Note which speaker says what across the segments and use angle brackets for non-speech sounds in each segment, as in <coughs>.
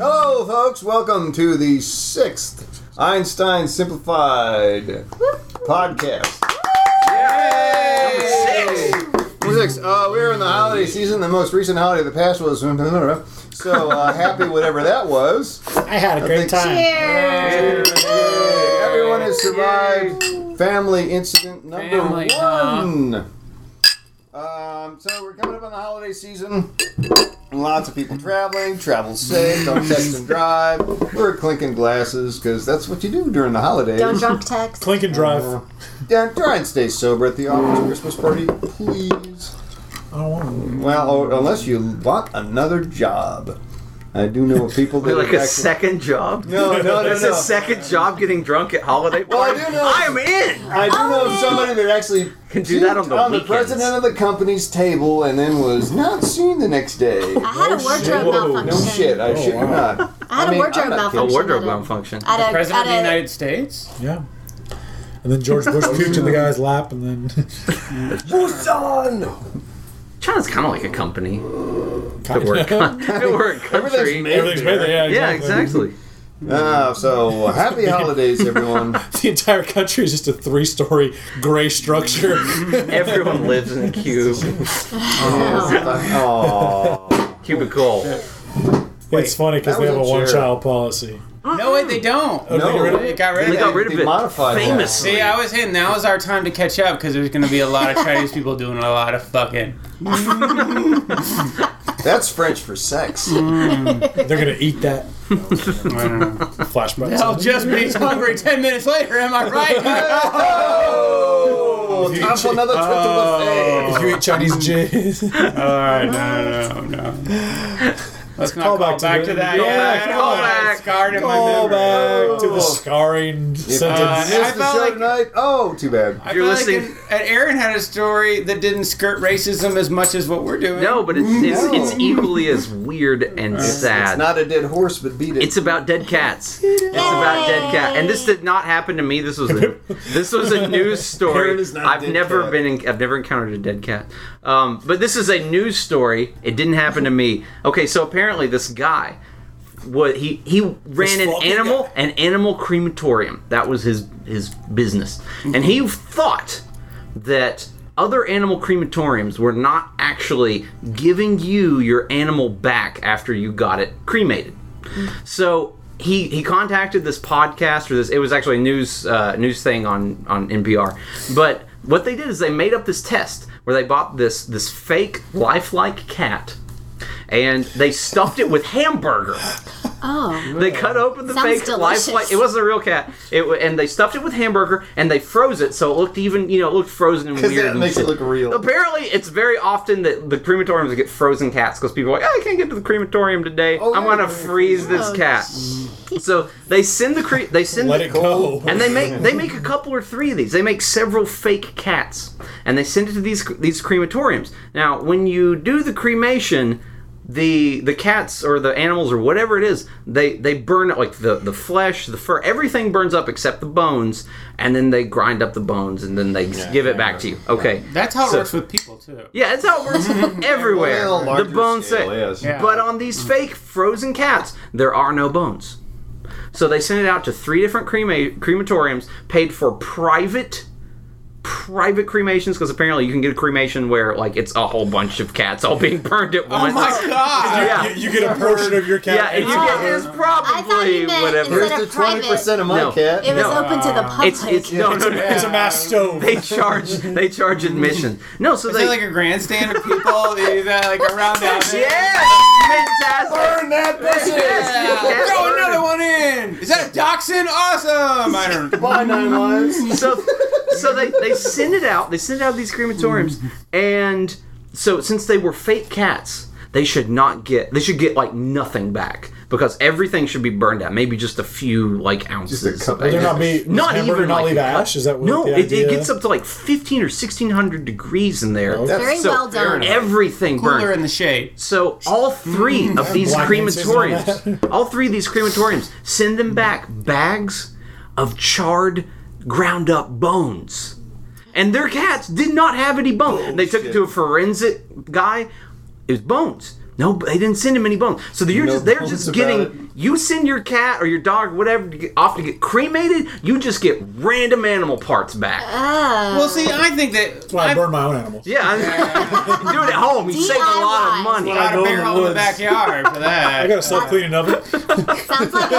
Speaker 1: folks. Welcome to the sixth Einstein Simplified podcast. Six. Uh, we're in the holiday season. The most recent holiday of the past was. <laughs> So uh, happy whatever that was.
Speaker 2: <laughs>
Speaker 3: I had a great
Speaker 1: think-
Speaker 3: time.
Speaker 4: Cheers.
Speaker 1: Yay. Everyone has survived family incident number
Speaker 5: Family, huh?
Speaker 1: one. Um, so we're coming up on the holiday season. Lots of people traveling. Travel safe. Don't text and drive. We're clinking glasses because that's what you do during the holidays.
Speaker 4: Don't drunk text.
Speaker 3: Clink and drive.
Speaker 1: Uh, yeah, try and stay sober at the office Christmas party, please.
Speaker 3: oh,
Speaker 1: Well, or- unless you want another job. I do know of people that
Speaker 2: Like
Speaker 1: have
Speaker 2: a
Speaker 1: actually-
Speaker 2: second job?
Speaker 1: No, no,
Speaker 2: <laughs>
Speaker 1: no,
Speaker 2: That's
Speaker 1: no.
Speaker 2: a second job getting drunk at holiday
Speaker 1: Well, I
Speaker 2: parties?
Speaker 1: do know-
Speaker 2: I'm in!
Speaker 1: I do know
Speaker 4: Oh,
Speaker 1: of somebody that actually
Speaker 2: Can do that on
Speaker 1: puked
Speaker 2: the
Speaker 1: on the
Speaker 2: weekends.
Speaker 1: president of the company's table and then was not seen the next day.
Speaker 4: Mm-hmm. I had a wardrobe
Speaker 3: Whoa. No
Speaker 1: No
Speaker 4: malfunction.
Speaker 1: shit, I shit or not.
Speaker 4: I had
Speaker 1: I
Speaker 4: a
Speaker 1: mean,
Speaker 4: wardrobe
Speaker 1: I'm not
Speaker 4: malfunction.
Speaker 2: A
Speaker 1: kidding.
Speaker 2: wardrobe
Speaker 4: at
Speaker 2: malfunction.
Speaker 4: At a,
Speaker 5: President
Speaker 4: at
Speaker 5: of the
Speaker 4: a,
Speaker 5: United States?
Speaker 3: yeah. And then George Bush puked in the guy's lap, and then <laughs>
Speaker 2: China's kind of like a company.
Speaker 1: <laughs>
Speaker 2: If we're a,
Speaker 3: <laughs> everything's
Speaker 2: con- if we're a country.
Speaker 1: made.
Speaker 3: better. Yeah,
Speaker 2: Yeah,
Speaker 3: exactly.
Speaker 2: exactly.
Speaker 1: Ah, so
Speaker 5: <laughs>
Speaker 1: happy holidays, everyone.
Speaker 4: <laughs>
Speaker 3: The entire country is just a three-story gray structure.
Speaker 2: Everyone lives in a cube.
Speaker 1: Aww.
Speaker 2: Cubicle.
Speaker 3: <laughs> it's funny because
Speaker 1: that
Speaker 3: they
Speaker 1: was
Speaker 3: have a
Speaker 1: a chair.
Speaker 3: one-child policy.
Speaker 5: No, wait, they don't.
Speaker 1: No.
Speaker 5: They got rid
Speaker 2: They
Speaker 5: of
Speaker 2: got
Speaker 5: it.
Speaker 2: rid of
Speaker 1: They
Speaker 2: it.
Speaker 1: modified that.
Speaker 2: Famously.
Speaker 5: See, I was hitting. Now is our time to catch up because there's going to be a lot of Chinese people doing a lot of fucking.
Speaker 1: That's French for sex.
Speaker 4: Mm.
Speaker 1: <laughs>
Speaker 3: They're gonna eat that
Speaker 5: I don't know.
Speaker 3: flashback.
Speaker 5: They'll just be hungry ten minutes later. Am I right?
Speaker 1: oh, time for another trip
Speaker 5: oh.
Speaker 1: to
Speaker 3: If you eat Chinese jizz, <laughs>
Speaker 5: All right, no, no, no. Let's not
Speaker 3: call
Speaker 5: call,
Speaker 3: back to
Speaker 5: back
Speaker 3: the-
Speaker 5: to that.
Speaker 3: Yeah,
Speaker 5: I don't
Speaker 2: call
Speaker 5: want it
Speaker 2: back.
Speaker 5: Scarred in
Speaker 3: go
Speaker 5: my memory.
Speaker 3: back to
Speaker 2: Oh.
Speaker 3: the scarring
Speaker 1: the
Speaker 3: sentence.
Speaker 1: buffet. Oh.
Speaker 5: Uh,
Speaker 1: Missed
Speaker 5: I
Speaker 1: the
Speaker 5: felt
Speaker 1: show
Speaker 5: like-
Speaker 1: tonight? Oh, too bad.
Speaker 5: I
Speaker 2: You're
Speaker 5: feel like
Speaker 2: listening-
Speaker 5: an- and Aaron had a story that didn't skirt racism as much as what we're doing.
Speaker 2: No, but it's, it's,
Speaker 1: No.
Speaker 2: it's equally as weird and sad.
Speaker 1: It's not a dead horse, but beat it.
Speaker 2: It's about dead cats. It's about dead cat. And this did not happen to me. This was a, this was
Speaker 1: <laughs>
Speaker 2: a news
Speaker 1: Aaron
Speaker 2: story.
Speaker 1: is not a
Speaker 2: I've
Speaker 1: dead
Speaker 2: never
Speaker 1: cat.
Speaker 2: been in, I've never encountered a dead cat. Um, but this is a news story. It didn't happen to me. Okay, so apparently this guy what he he ran an
Speaker 3: fucking
Speaker 2: animal
Speaker 3: guy.
Speaker 2: an animal crematorium. That was his his business. And he thought that other animal crematoriums were not actually giving you your animal back after you got it cremated. So he he contacted this podcast or this it was actually a news uh, news thing on on NPR. But what they did is they made up this test where they bought this this fake lifelike cat and they stuffed it with hamburger.
Speaker 4: oh,
Speaker 2: They cut open the
Speaker 4: Sounds
Speaker 2: fake
Speaker 4: delicious.
Speaker 2: lifelike. It wasn't a real cat. It wa- and they stuffed it with hamburger and they froze it so it looked even you know it looked frozen and
Speaker 1: because
Speaker 2: weird.
Speaker 1: that
Speaker 2: and
Speaker 1: makes it
Speaker 2: shit.
Speaker 1: look real.
Speaker 2: Apparently, it's very often that the crematoriums get frozen cats because people are like, "Oh, I can't get to the crematorium today.
Speaker 1: Oh,
Speaker 2: I'm
Speaker 1: yeah,
Speaker 2: gonna
Speaker 1: yeah, yeah.
Speaker 2: freeze this cat." So they send the cre- they send
Speaker 3: Let
Speaker 2: the
Speaker 3: it go.
Speaker 2: and they make they make a couple or three of these. They make several fake cats, and they send it to these these crematoriums. Now, when you do the cremation, the the cats or the animals or whatever it is, they they burn it like the the flesh, the fur, everything burns up except the bones, and then they grind up the bones and then they give it back to you. Okay,
Speaker 5: That's how it
Speaker 2: So-
Speaker 5: works with people too.
Speaker 2: yeah, that's how it works everywhere.
Speaker 1: Well, larger
Speaker 2: the bones
Speaker 1: scale,
Speaker 2: say,
Speaker 1: yes. Yeah.
Speaker 2: but on these fake frozen cats, there are no bones. So they sent it out to three different crema- crematoriums, paid for private private cremations because apparently you can get a cremation where like it's a whole bunch of cats all being burned at once.
Speaker 5: Oh God.
Speaker 2: Yeah,
Speaker 3: <laughs> You, you get a portion of your cat.
Speaker 2: yeah, and you get it's
Speaker 4: I thought
Speaker 2: probably
Speaker 4: you meant
Speaker 2: whatever.
Speaker 1: Here's
Speaker 4: instead
Speaker 1: the
Speaker 4: of private,
Speaker 1: twenty percent of my
Speaker 2: No.
Speaker 1: cat.
Speaker 4: it was
Speaker 2: No.
Speaker 4: open to the public.
Speaker 2: It's it's no, no,
Speaker 3: <laughs>
Speaker 2: no.
Speaker 3: it's a mass stove.
Speaker 2: They charge they charge admission. No, so
Speaker 5: Is
Speaker 2: they
Speaker 5: there like a grandstand of people that, that, like around that?
Speaker 2: <laughs> yeah,
Speaker 5: <laughs>
Speaker 2: fantastic.
Speaker 1: Burn that pussy!
Speaker 2: Yeah.
Speaker 5: Throw another one in. Is that a dachshund? Awesome. I don't.
Speaker 1: Bye, nine
Speaker 5: <laughs>
Speaker 1: lives.
Speaker 2: so so they, they send it out they send out these crematoriums and so since they were fake cats they should not get they should get like nothing back because everything should be burned out maybe just a few like ounces
Speaker 1: Just a couple.
Speaker 2: of
Speaker 3: They're not be
Speaker 2: Not
Speaker 3: hamburger
Speaker 2: even
Speaker 3: not
Speaker 2: like
Speaker 3: leave
Speaker 2: a
Speaker 3: ash. Is that what
Speaker 2: no
Speaker 3: the
Speaker 2: it,
Speaker 3: idea?
Speaker 2: it gets up to like 15 or 1600 degrees in there
Speaker 3: Okay.
Speaker 4: Very
Speaker 2: so
Speaker 4: well done.
Speaker 2: everything burns.
Speaker 5: Cooler in the shade.
Speaker 2: So all three of these
Speaker 3: Mm-hmm. Black man says
Speaker 2: crematoriums,
Speaker 3: <laughs>
Speaker 2: all three of these crematoriums, send them back bags of charred, ground up bones, and their cats did not have any bones. They took it to a forensic guy. It was bones. No, they didn't send him any bones. So you're
Speaker 1: No
Speaker 2: just they're
Speaker 1: bones
Speaker 2: just
Speaker 1: about
Speaker 2: getting
Speaker 1: it.
Speaker 2: You send your cat or your dog, whatever, to get, off to get cremated. You just get random animal parts back.
Speaker 4: Uh.
Speaker 5: Well, see, I think that
Speaker 3: Well, I
Speaker 5: I-
Speaker 3: burn my own animals.
Speaker 2: Yeah, I'm, do it at home. <laughs> You save a lot of
Speaker 4: DIY.
Speaker 2: money.
Speaker 5: I got
Speaker 3: go
Speaker 5: a
Speaker 3: in
Speaker 5: bear
Speaker 3: the
Speaker 5: hole in the
Speaker 3: woods. <laughs>
Speaker 5: backyard for
Speaker 3: I
Speaker 5: that.
Speaker 3: got a self cleaning oven.
Speaker 4: Sounds like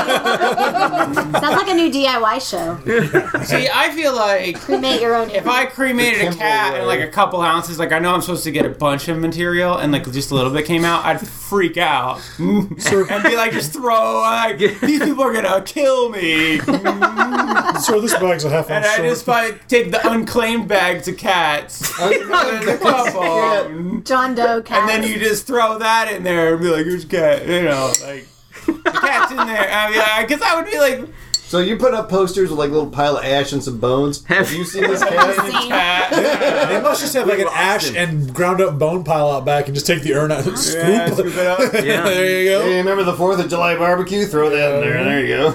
Speaker 4: sounds like <laughs> a new DIY show.
Speaker 5: see, I feel
Speaker 3: <laughs>
Speaker 5: like
Speaker 4: Cremate your own.
Speaker 5: <laughs> if I cremated a
Speaker 1: Kimball
Speaker 5: cat
Speaker 1: way.
Speaker 5: and like a couple ounces, like I know I'm supposed to get a bunch of material, and like just a little bit came out, I'd freak out <laughs> and be like, just throw like these people are gonna
Speaker 3: <laughs>
Speaker 5: kill me, and
Speaker 3: So this bag's a half ounce
Speaker 5: I
Speaker 3: short.
Speaker 5: just probably take the unclaimed bag
Speaker 3: <laughs>
Speaker 5: to cats.
Speaker 3: Oh,
Speaker 5: and a
Speaker 1: <laughs>
Speaker 5: couple,
Speaker 1: Yeah.
Speaker 5: and
Speaker 4: John Doe cat.
Speaker 5: then you just throw that in there and be like, "Here's a cat," you know, like the cat's in there. I mean, I guess I would be
Speaker 2: <laughs>
Speaker 5: like,
Speaker 1: So you put up posters with like a little pile of ash and some bones. Have you seen
Speaker 5: <laughs>
Speaker 1: this cat?
Speaker 4: Scene.
Speaker 5: "Cat."
Speaker 3: they must just have like an
Speaker 2: lost
Speaker 3: ash
Speaker 2: him.
Speaker 3: and ground up bone pile out back and just take the urn out and scoop.
Speaker 5: Yeah, scoop it up.
Speaker 2: Yeah.
Speaker 3: <laughs> there you
Speaker 1: Hey,
Speaker 3: go.
Speaker 1: you remember the Fourth of July barbecue? Throw that in there. There you go.
Speaker 2: Oh,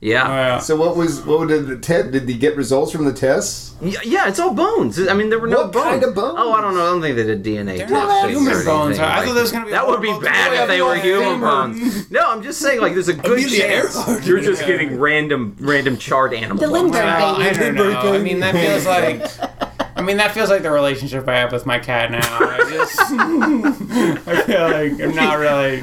Speaker 2: Yeah.
Speaker 5: Yeah.
Speaker 1: So what was what did the test? Did they get results from the tests?
Speaker 2: Yeah, yeah, it's all bones. I mean, there were no
Speaker 1: What
Speaker 2: bones.
Speaker 1: kind of bones?
Speaker 2: Oh, I don't know. I don't think they did DNA testing.
Speaker 5: not
Speaker 2: or
Speaker 5: human
Speaker 2: anything
Speaker 5: bones. I thought there was gonna be
Speaker 2: that would be
Speaker 5: bones.
Speaker 2: bad
Speaker 5: Yeah,
Speaker 2: if they
Speaker 5: yeah,
Speaker 2: were
Speaker 5: yeah.
Speaker 2: human
Speaker 5: Humor.
Speaker 2: bones. No, I'm just saying, like, there's a good
Speaker 5: Amelia
Speaker 2: chance
Speaker 5: Earhart.
Speaker 2: you're just getting random, random charred animal.
Speaker 4: the
Speaker 2: bones.
Speaker 4: Lindbergh
Speaker 5: Well,
Speaker 4: baby.
Speaker 5: I don't know. I mean,
Speaker 2: <laughs>
Speaker 5: that feels like. I mean, that feels like the relationship I have with my cat now. I just, I feel like I'm not really.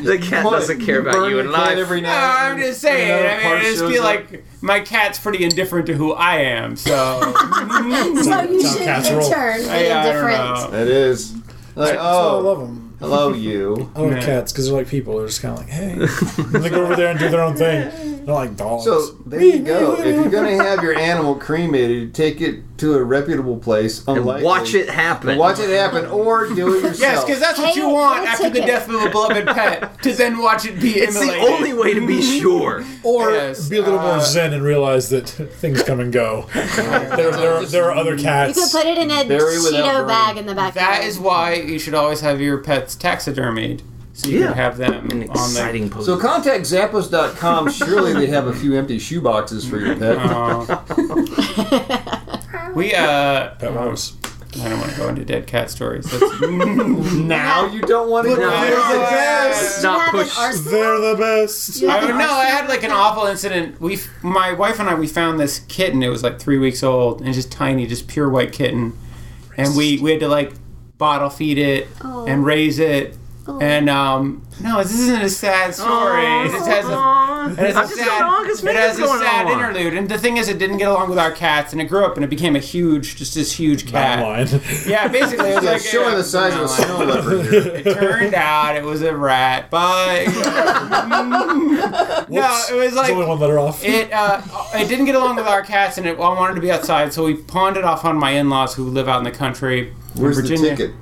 Speaker 2: The cat doesn't care about
Speaker 1: Burn
Speaker 2: you
Speaker 1: the
Speaker 2: and
Speaker 1: cat
Speaker 2: life.
Speaker 1: every
Speaker 5: No,
Speaker 1: now and
Speaker 5: I'm just saying. I mean, I just feel like my cat's pretty indifferent to who I am. So
Speaker 2: <laughs>
Speaker 4: so you
Speaker 3: John
Speaker 4: should
Speaker 3: Cat's
Speaker 4: in
Speaker 3: role.
Speaker 5: I,
Speaker 4: turn be
Speaker 5: I don't
Speaker 4: indifferent.
Speaker 5: know.
Speaker 1: That is. Like,
Speaker 3: Oh, I
Speaker 1: oh,
Speaker 3: love them.
Speaker 1: hello you.
Speaker 3: I love
Speaker 5: Yeah.
Speaker 3: cats because they're like people. They're just kind of like,
Speaker 5: <laughs>
Speaker 3: hey, And they go over there and do their own thing. They're like dogs.
Speaker 1: So there you go. If you're gonna have your animal cremated, take it to a reputable place. Unlikely.
Speaker 2: Watch it happen.
Speaker 1: Watch it happen, or do
Speaker 5: <laughs>
Speaker 1: it yourself.
Speaker 5: Yes, because that's what
Speaker 4: Pay
Speaker 5: you
Speaker 4: it
Speaker 5: want
Speaker 4: for a
Speaker 5: after the
Speaker 4: ticket.
Speaker 5: death of a beloved pet to then watch it be
Speaker 2: It's the
Speaker 5: immolated.
Speaker 2: only way to be
Speaker 1: <laughs>
Speaker 2: sure.
Speaker 3: or
Speaker 5: yes,
Speaker 3: be a little
Speaker 5: uh,
Speaker 3: more zen and realize that things come and go. there, there, there are other
Speaker 4: You could
Speaker 3: cats.
Speaker 4: put it in a
Speaker 1: Bury without burning.
Speaker 4: Cheeto bag in the back.
Speaker 5: That is why you should always have your pets taxidermied, so you
Speaker 2: Yeah.
Speaker 5: can have them
Speaker 2: An
Speaker 5: on the
Speaker 2: exciting pose.
Speaker 1: So contact Zappos.com. Surely they have a few empty shoe boxes for your pet.
Speaker 5: Uh,
Speaker 2: <laughs>
Speaker 5: <laughs> we uh,
Speaker 3: Pet rose.
Speaker 5: I don't want to go into dead cat stories. That's, <laughs> now,
Speaker 1: <laughs> Now you don't want to go
Speaker 2: No.
Speaker 1: there.
Speaker 2: Yeah.
Speaker 1: Yes.
Speaker 4: You
Speaker 2: not
Speaker 4: have an
Speaker 2: push.
Speaker 4: arsenal?
Speaker 3: They're the best.
Speaker 4: You
Speaker 5: I
Speaker 4: have
Speaker 5: don't
Speaker 4: an
Speaker 5: know. I
Speaker 4: arsenal?
Speaker 5: had like an awful incident. We, f- my wife and I, we found this kitten. It was like three weeks old and just tiny, just pure white kitten. And we we had to like bottle feed it
Speaker 4: Oh.
Speaker 5: and raise it. And um, no, this isn't a sad story. It just has a
Speaker 2: Aw.
Speaker 5: It has
Speaker 2: I'm
Speaker 5: a
Speaker 2: just
Speaker 5: sad,
Speaker 2: going on 'cause
Speaker 5: it has a
Speaker 2: Peter's going
Speaker 5: sad
Speaker 2: on.
Speaker 5: interlude, and the thing is, it didn't get along with our cats, and it grew up, and it became a huge, just this huge
Speaker 3: <laughs>
Speaker 5: cat.
Speaker 3: Online.
Speaker 5: Yeah, basically, it was
Speaker 1: Yeah,
Speaker 5: like
Speaker 1: showing
Speaker 5: yeah,
Speaker 1: the size of a
Speaker 5: <laughs> no,
Speaker 1: snow leopard. here.
Speaker 5: It turned out it was a rat, but <laughs> no,
Speaker 3: Whoops.
Speaker 5: it was
Speaker 3: There's only
Speaker 5: like
Speaker 3: one letter off.
Speaker 5: it. Uh, it didn't get along with our cats, and it, I wanted to be outside, so we pawned it off on my in-laws who live out in the country.
Speaker 1: Where's
Speaker 5: in
Speaker 1: the
Speaker 5: Virginia. Uh,
Speaker 1: ticket?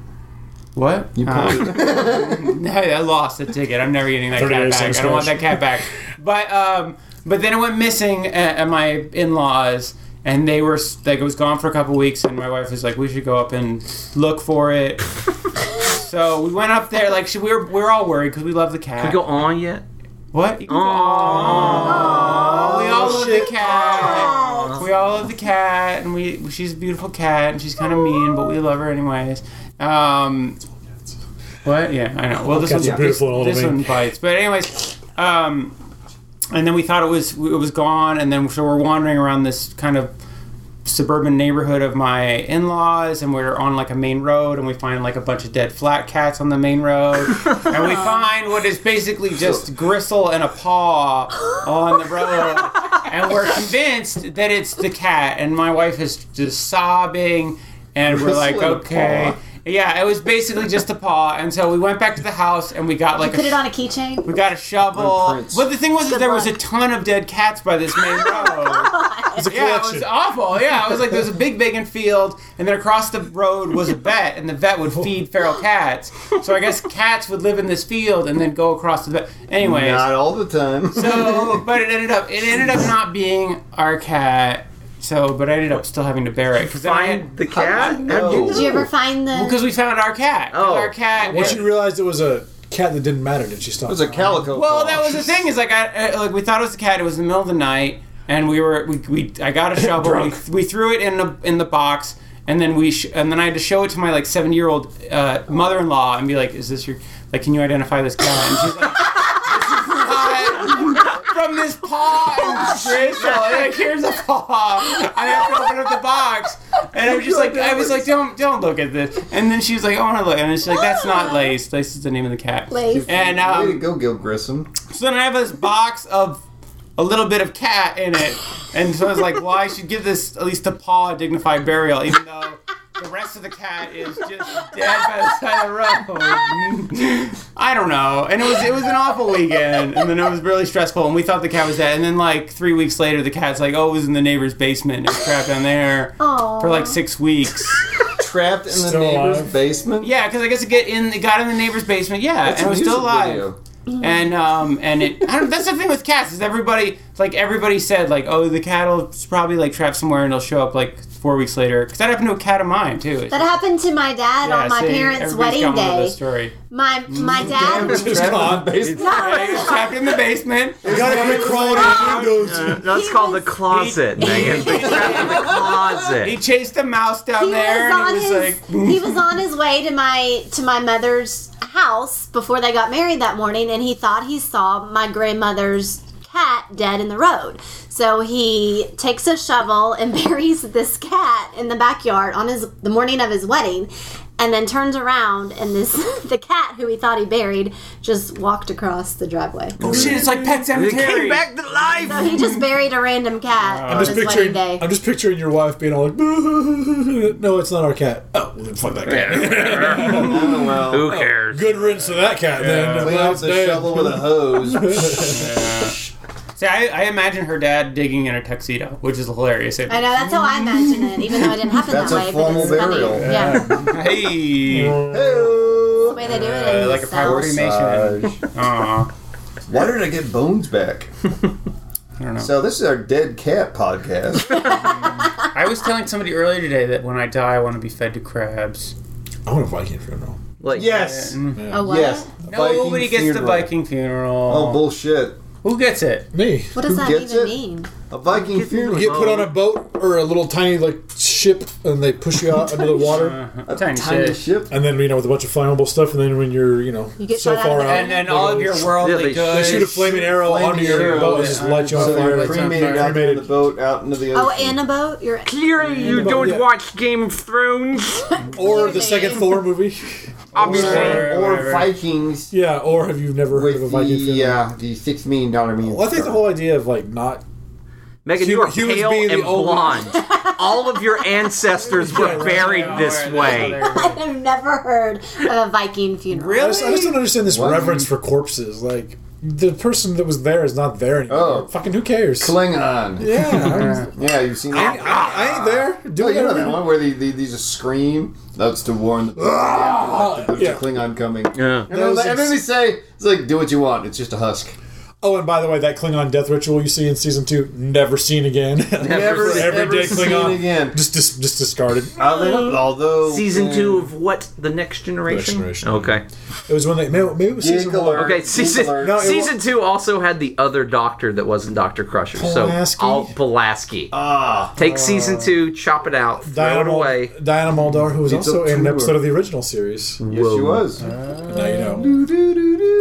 Speaker 5: What? You
Speaker 1: pawned
Speaker 5: <laughs> I lost the ticket. I'm never getting that cat
Speaker 3: 38
Speaker 5: back.
Speaker 3: cents
Speaker 5: I don't want
Speaker 3: cash.
Speaker 5: that cat back. But um, but then it went missing at, at my in-laws, and they were s- like it was gone for a couple weeks, and my wife was like, we should go up and look for it. so we went up there. Like she, we were we were all worried because we love the cat.
Speaker 2: Go on yet?
Speaker 5: what? You can go-
Speaker 2: Aw.
Speaker 5: we all love the cat. We all love the cat, and we she's a beautiful cat, and she's kind of mean, but we love her anyways. Um, what? Yeah, I know. Well, this
Speaker 3: Cats
Speaker 5: one's
Speaker 3: are beautiful and all
Speaker 5: This, this
Speaker 3: the
Speaker 5: one
Speaker 3: mean.
Speaker 5: bites, but anyways, um, and then we thought it was it was gone, and then so we're wandering around this kind of suburban neighborhood of my in-laws and we're on like a main road and we find like a bunch of dead flat cats on the main road
Speaker 4: <laughs>
Speaker 5: and we find what is basically just gristle and a paw on the road and
Speaker 4: <laughs>
Speaker 5: we're convinced that it's the cat and my wife is just sobbing and we're like
Speaker 1: Gristle and a
Speaker 5: okay
Speaker 1: paw.
Speaker 5: yeah it was basically just a paw and so we went back to the house and we got like
Speaker 4: Put
Speaker 5: a
Speaker 4: it on a keychain.
Speaker 5: we got a shovel.
Speaker 1: prints.
Speaker 5: But the thing was, that
Speaker 4: Good
Speaker 5: there was a
Speaker 4: luck.
Speaker 5: ton of dead cats by this main
Speaker 4: <laughs>
Speaker 5: road.
Speaker 3: It's a
Speaker 5: yeah, it
Speaker 3: collection.
Speaker 5: was awful. Yeah, it was like there was a big vacant field, and then across the road was a vet, and the vet would feed feral cats. So I guess cats would live in this field and then go across the vet. Anyways,
Speaker 1: Not all the time.
Speaker 5: so but it ended up it ended up not being our cat. So, but I ended up still having to bear it because
Speaker 2: Find the cat?
Speaker 1: no.
Speaker 2: How'd you
Speaker 4: Did you ever find the?
Speaker 5: because we found our cat. 'Cause
Speaker 2: Oh.
Speaker 5: our cat.
Speaker 3: Once you realized it was a cat that didn't matter, did she
Speaker 1: <laughs>
Speaker 3: stop?
Speaker 1: It was a calico.
Speaker 5: Well,
Speaker 1: paw.
Speaker 5: that was the thing. Is like I uh, like we thought it was a cat. It was in the middle of the night, and we were we, we I got a shovel. we, we threw it in the in the box, and then we sh- and then I had to show it to my like seventy year old uh, mother in law and be like, "Is this your like? Can you identify this cat?" And she's like. "This is not from this paw and bristle. And like, here's a paw. I have to open up the box. And I'm just like, I was like, don't, don't look at this. And then she was like, "Oh, I want to look. And it's like, that's not Lace. Lace is the name of the cat.
Speaker 4: Lace.
Speaker 5: And
Speaker 1: Way to
Speaker 5: um,
Speaker 1: go, Gil Grissom.
Speaker 5: so then I have this box of a little bit of cat in it. And so I was like, well, I should give this at least a paw a dignified burial, even though. The rest of the cat is just dead by the side of the road. I don't know. And it was it was an awful weekend. And then it was really stressful. And we thought the cat was dead. And then like three weeks later, the cat's like, oh, it was in the neighbor's basement. It was trapped down there
Speaker 4: Aw.
Speaker 5: for like six weeks.
Speaker 1: Trapped in the
Speaker 3: Still
Speaker 1: neighbor's
Speaker 3: alive.
Speaker 1: basement.
Speaker 5: Yeah, because I guess it get in. It got in the neighbor's basement. Yeah,
Speaker 1: That's
Speaker 5: and
Speaker 1: a
Speaker 5: it was still
Speaker 1: music
Speaker 5: alive.
Speaker 1: video.
Speaker 5: And um and it I don't, that's the thing with cats is everybody like everybody said like oh the cat's probably like trapped somewhere and it'll show up like four weeks later because that happened to a cat of mine too. It's-
Speaker 4: That happened to my dad
Speaker 5: yeah,
Speaker 4: on my
Speaker 5: see,
Speaker 4: parents'
Speaker 5: everybody's
Speaker 4: wedding
Speaker 5: got one with
Speaker 4: day.
Speaker 5: this Mm. story.
Speaker 4: My my dad.
Speaker 3: Just gone.
Speaker 1: Basement.
Speaker 5: Yeah, he was trapped in the basement.
Speaker 3: You gotta quit crawling in the windows.
Speaker 2: That's
Speaker 4: He
Speaker 2: called
Speaker 4: was-
Speaker 2: the closet,
Speaker 5: He-
Speaker 4: <laughs>
Speaker 2: Megan. They trapped in the
Speaker 5: He
Speaker 2: closet.
Speaker 5: chased a mouse down
Speaker 4: He
Speaker 5: there
Speaker 4: was on
Speaker 5: and it was
Speaker 4: his
Speaker 5: like <laughs>
Speaker 4: he was on his way to my to my mother's house before they got married that morning, and he thought he saw my grandmother's cat dead in the road. So he takes a shovel and <laughs> buries this cat in the backyard on his the morning of his wedding. And then turns around, and this <laughs> the cat who he thought he buried just walked across the driveway.
Speaker 5: oh shit it's like Pet
Speaker 2: It
Speaker 5: Cemetery.
Speaker 2: came back to life.
Speaker 4: So he
Speaker 5: Oh.
Speaker 4: just buried a random cat on
Speaker 3: I'm just
Speaker 4: his
Speaker 3: picturing.
Speaker 4: wedding day.
Speaker 3: I'm just picturing your wife being all like, "No, it's not our cat." Oh, well, then fuck that cat.
Speaker 1: Oh, well.
Speaker 2: Who cares?
Speaker 3: Good rinse of that cat. Then
Speaker 1: Clean
Speaker 3: Well,
Speaker 1: up the
Speaker 3: damn.
Speaker 1: shovel with a
Speaker 3: <laughs>
Speaker 1: hose.
Speaker 5: See, I, I imagine her dad digging in a tuxedo, which is hilarious.
Speaker 4: I know that's how I imagine it, even though it didn't happen
Speaker 1: That's
Speaker 4: that
Speaker 1: a
Speaker 4: way.
Speaker 1: formal
Speaker 4: but it's funny.
Speaker 1: burial.
Speaker 4: Yeah, the
Speaker 5: Hey,
Speaker 1: Hey-o.
Speaker 4: way they do it.
Speaker 5: Uh,
Speaker 4: in
Speaker 5: like a
Speaker 4: the
Speaker 5: priority
Speaker 4: South.
Speaker 5: Cremation.
Speaker 1: Massage.
Speaker 5: Aw.
Speaker 1: Why did I get bones
Speaker 3: <laughs>
Speaker 1: back?
Speaker 5: I don't know.
Speaker 1: So this is our dead cat podcast.
Speaker 5: I was telling somebody earlier today that when I die, I want to be fed to crabs.
Speaker 3: I want a Viking funeral.
Speaker 2: Like,
Speaker 1: yes.
Speaker 4: A what?
Speaker 1: Yes.
Speaker 5: Nobody
Speaker 1: Viking
Speaker 5: gets the
Speaker 1: funeral.
Speaker 5: Viking funeral.
Speaker 1: Oh bullshit!
Speaker 5: Who gets it?
Speaker 3: Me.
Speaker 4: What does
Speaker 1: Who
Speaker 4: that
Speaker 1: gets
Speaker 4: even
Speaker 1: it?
Speaker 4: mean?
Speaker 1: A Viking
Speaker 2: Get
Speaker 1: funeral.
Speaker 3: You get put on a boat or a little tiny like ship, and they push you out under the water,
Speaker 5: A Uh-huh. tiny,
Speaker 1: Tiny
Speaker 5: shit.
Speaker 1: ship.
Speaker 3: and then you know with a bunch of flammable stuff, and then when you're you know
Speaker 4: You get
Speaker 3: so
Speaker 4: shot out of
Speaker 3: far
Speaker 4: the-
Speaker 3: out,
Speaker 5: And then all of your worldly
Speaker 2: Yeah,
Speaker 3: they
Speaker 2: they
Speaker 5: goods.
Speaker 3: shoot a flaming arrow
Speaker 1: Flaming
Speaker 3: onto your
Speaker 1: arrow,
Speaker 3: boat and
Speaker 1: yeah.
Speaker 3: just light you on
Speaker 1: So
Speaker 3: fire.
Speaker 1: you're
Speaker 5: Lights on
Speaker 1: cremated
Speaker 5: fire.
Speaker 1: out there in the boat, out into the
Speaker 4: Oh,
Speaker 1: ocean.
Speaker 4: in a boat. <laughs> You're
Speaker 2: Clearly, you don't
Speaker 3: Yeah.
Speaker 2: watch Game of Thrones.
Speaker 3: Or the second Thor movie.
Speaker 2: Obviously.
Speaker 5: Whatever,
Speaker 1: or
Speaker 5: whatever.
Speaker 1: Vikings
Speaker 3: yeah, or have you never heard of a
Speaker 1: with
Speaker 3: Viking
Speaker 1: the
Speaker 3: funeral?
Speaker 1: uh, the six million dollar man.
Speaker 3: Well, I think the whole idea of like not
Speaker 2: Megan, you
Speaker 3: Human-
Speaker 2: are
Speaker 3: humans
Speaker 2: pale
Speaker 3: being the
Speaker 2: and
Speaker 3: only-
Speaker 2: blonde. All of your ancestors were buried this way.
Speaker 4: I've never heard of a Viking funeral.
Speaker 3: I just, I just don't
Speaker 5: Really?
Speaker 3: understand this
Speaker 1: What?
Speaker 3: reverence for corpses. Like the person that was there is not there anymore.
Speaker 1: Oh.
Speaker 3: Fucking who cares?
Speaker 1: Klingon.
Speaker 3: yeah, I, was-
Speaker 1: Yeah, you've seen
Speaker 3: I,
Speaker 1: that.
Speaker 3: I- I ain't there. Do
Speaker 1: Oh, you know that
Speaker 3: whatever.
Speaker 1: one where they, they, they just scream? That's to warn the, the
Speaker 3: Yeah.
Speaker 1: Klingon coming.
Speaker 2: Yeah.
Speaker 1: And, then,
Speaker 3: was
Speaker 1: they- and then they
Speaker 3: ex-
Speaker 1: say, it's like, do what you want. It's just a husk.
Speaker 3: Oh, and by the way, that Klingon death ritual you see in season two, never seen again. <laughs>
Speaker 2: Never
Speaker 3: Every
Speaker 2: seen-
Speaker 1: ever
Speaker 3: day
Speaker 1: seen
Speaker 3: Klingon,
Speaker 1: again.
Speaker 3: just dis- just discarded.
Speaker 1: Although, although
Speaker 2: Season
Speaker 1: uh,
Speaker 2: two of what? The Next Generation?
Speaker 3: Next Generation.
Speaker 2: Okay.
Speaker 3: It was when they maybe, maybe it was season
Speaker 1: Giggle
Speaker 3: one.
Speaker 1: alert.
Speaker 2: Okay, season
Speaker 1: alert.
Speaker 3: No, it
Speaker 2: season two also had the other doctor that wasn't Doctor Crusher.
Speaker 3: Pulaski?
Speaker 2: So all Pulaski.
Speaker 1: ah,
Speaker 2: Take season two, chop it out, throw
Speaker 3: Diana,
Speaker 2: it
Speaker 3: Mul-
Speaker 2: away.
Speaker 3: Diana Muldar, who was
Speaker 1: It's
Speaker 3: also
Speaker 1: a
Speaker 3: in an
Speaker 1: tour.
Speaker 3: episode of the original series.
Speaker 1: yes, she was.
Speaker 3: Now you know.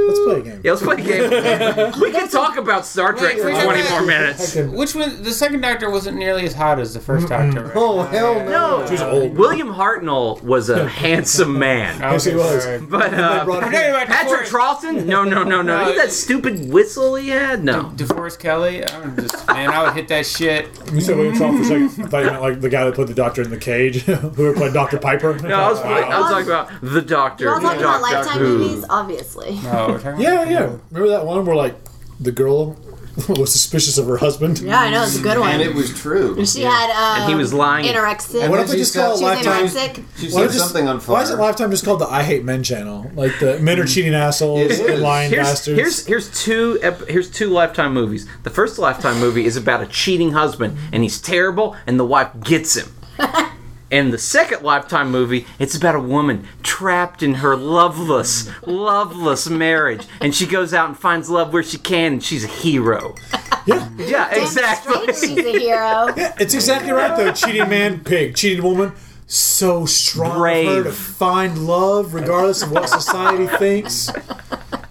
Speaker 3: Let's play a game.
Speaker 2: Yeah, let's play a game. we can talk about Star Trek
Speaker 5: Wait,
Speaker 2: for
Speaker 5: wait,
Speaker 2: 20
Speaker 5: wait.
Speaker 2: more minutes.
Speaker 3: Fucking-
Speaker 5: Which one? The second Doctor wasn't nearly as hot as the first Doctor. Right?
Speaker 1: oh hell no!
Speaker 2: No,
Speaker 3: She was old.
Speaker 2: William Hartnell was
Speaker 3: <laughs>
Speaker 2: a handsome man.
Speaker 3: Yes, he was.
Speaker 2: But uh,
Speaker 3: Brought
Speaker 5: Hey,
Speaker 3: her-
Speaker 5: about
Speaker 2: Patrick
Speaker 5: DeForest-
Speaker 2: Troughton? No, no, no, no. That stupid whistle he had? No.
Speaker 5: DeForest Kelly. I'm just man. I would hit that shit.
Speaker 3: You said William Trump for a second. I thought you meant like the guy that played the Doctor in the cage, <laughs> who played Doctor Piper.
Speaker 2: No, I was,
Speaker 3: Wow.
Speaker 2: I was talking about the Doctor.
Speaker 4: We're all talking about
Speaker 2: Doctor
Speaker 4: Lifetime
Speaker 2: Who.
Speaker 4: movies, obviously.
Speaker 5: Oh, we're talking
Speaker 3: Yeah, yeah. Remember that one where like the girl <laughs> was suspicious of her husband?
Speaker 4: Yeah, I know it's a good one.
Speaker 1: And it was true.
Speaker 4: she had. Um,
Speaker 2: And he was lying.
Speaker 4: Anorexic.
Speaker 3: Why
Speaker 1: What
Speaker 3: don't
Speaker 1: if
Speaker 3: they just call it
Speaker 4: she was
Speaker 3: Lifetime?
Speaker 4: anorexic.
Speaker 1: She
Speaker 3: Why
Speaker 1: set
Speaker 3: don't just-
Speaker 1: something on fire. Mm.
Speaker 3: Why isn't Lifetime just called the I Hate Men channel? Like the men are cheating
Speaker 1: It
Speaker 3: assholes,
Speaker 1: is.
Speaker 3: and lying
Speaker 2: Here's,
Speaker 3: bastards.
Speaker 2: here's here's two ep- here's two lifetime movies. The first lifetime movie is about a cheating husband and he's terrible and the wife gets
Speaker 3: <laughs>
Speaker 2: him. And the second lifetime movie, it's about a woman trapped in her loveless, loveless marriage and she goes out and finds love where she can and she's a hero.
Speaker 3: <laughs> yeah.
Speaker 2: Yeah, exactly.
Speaker 4: She's a
Speaker 2: <laughs>
Speaker 4: hero.
Speaker 3: yeah, it's exactly right though. Cheating man, pig. Cheating woman, so strong of her to
Speaker 2: Brave.
Speaker 3: find love regardless of what society thinks.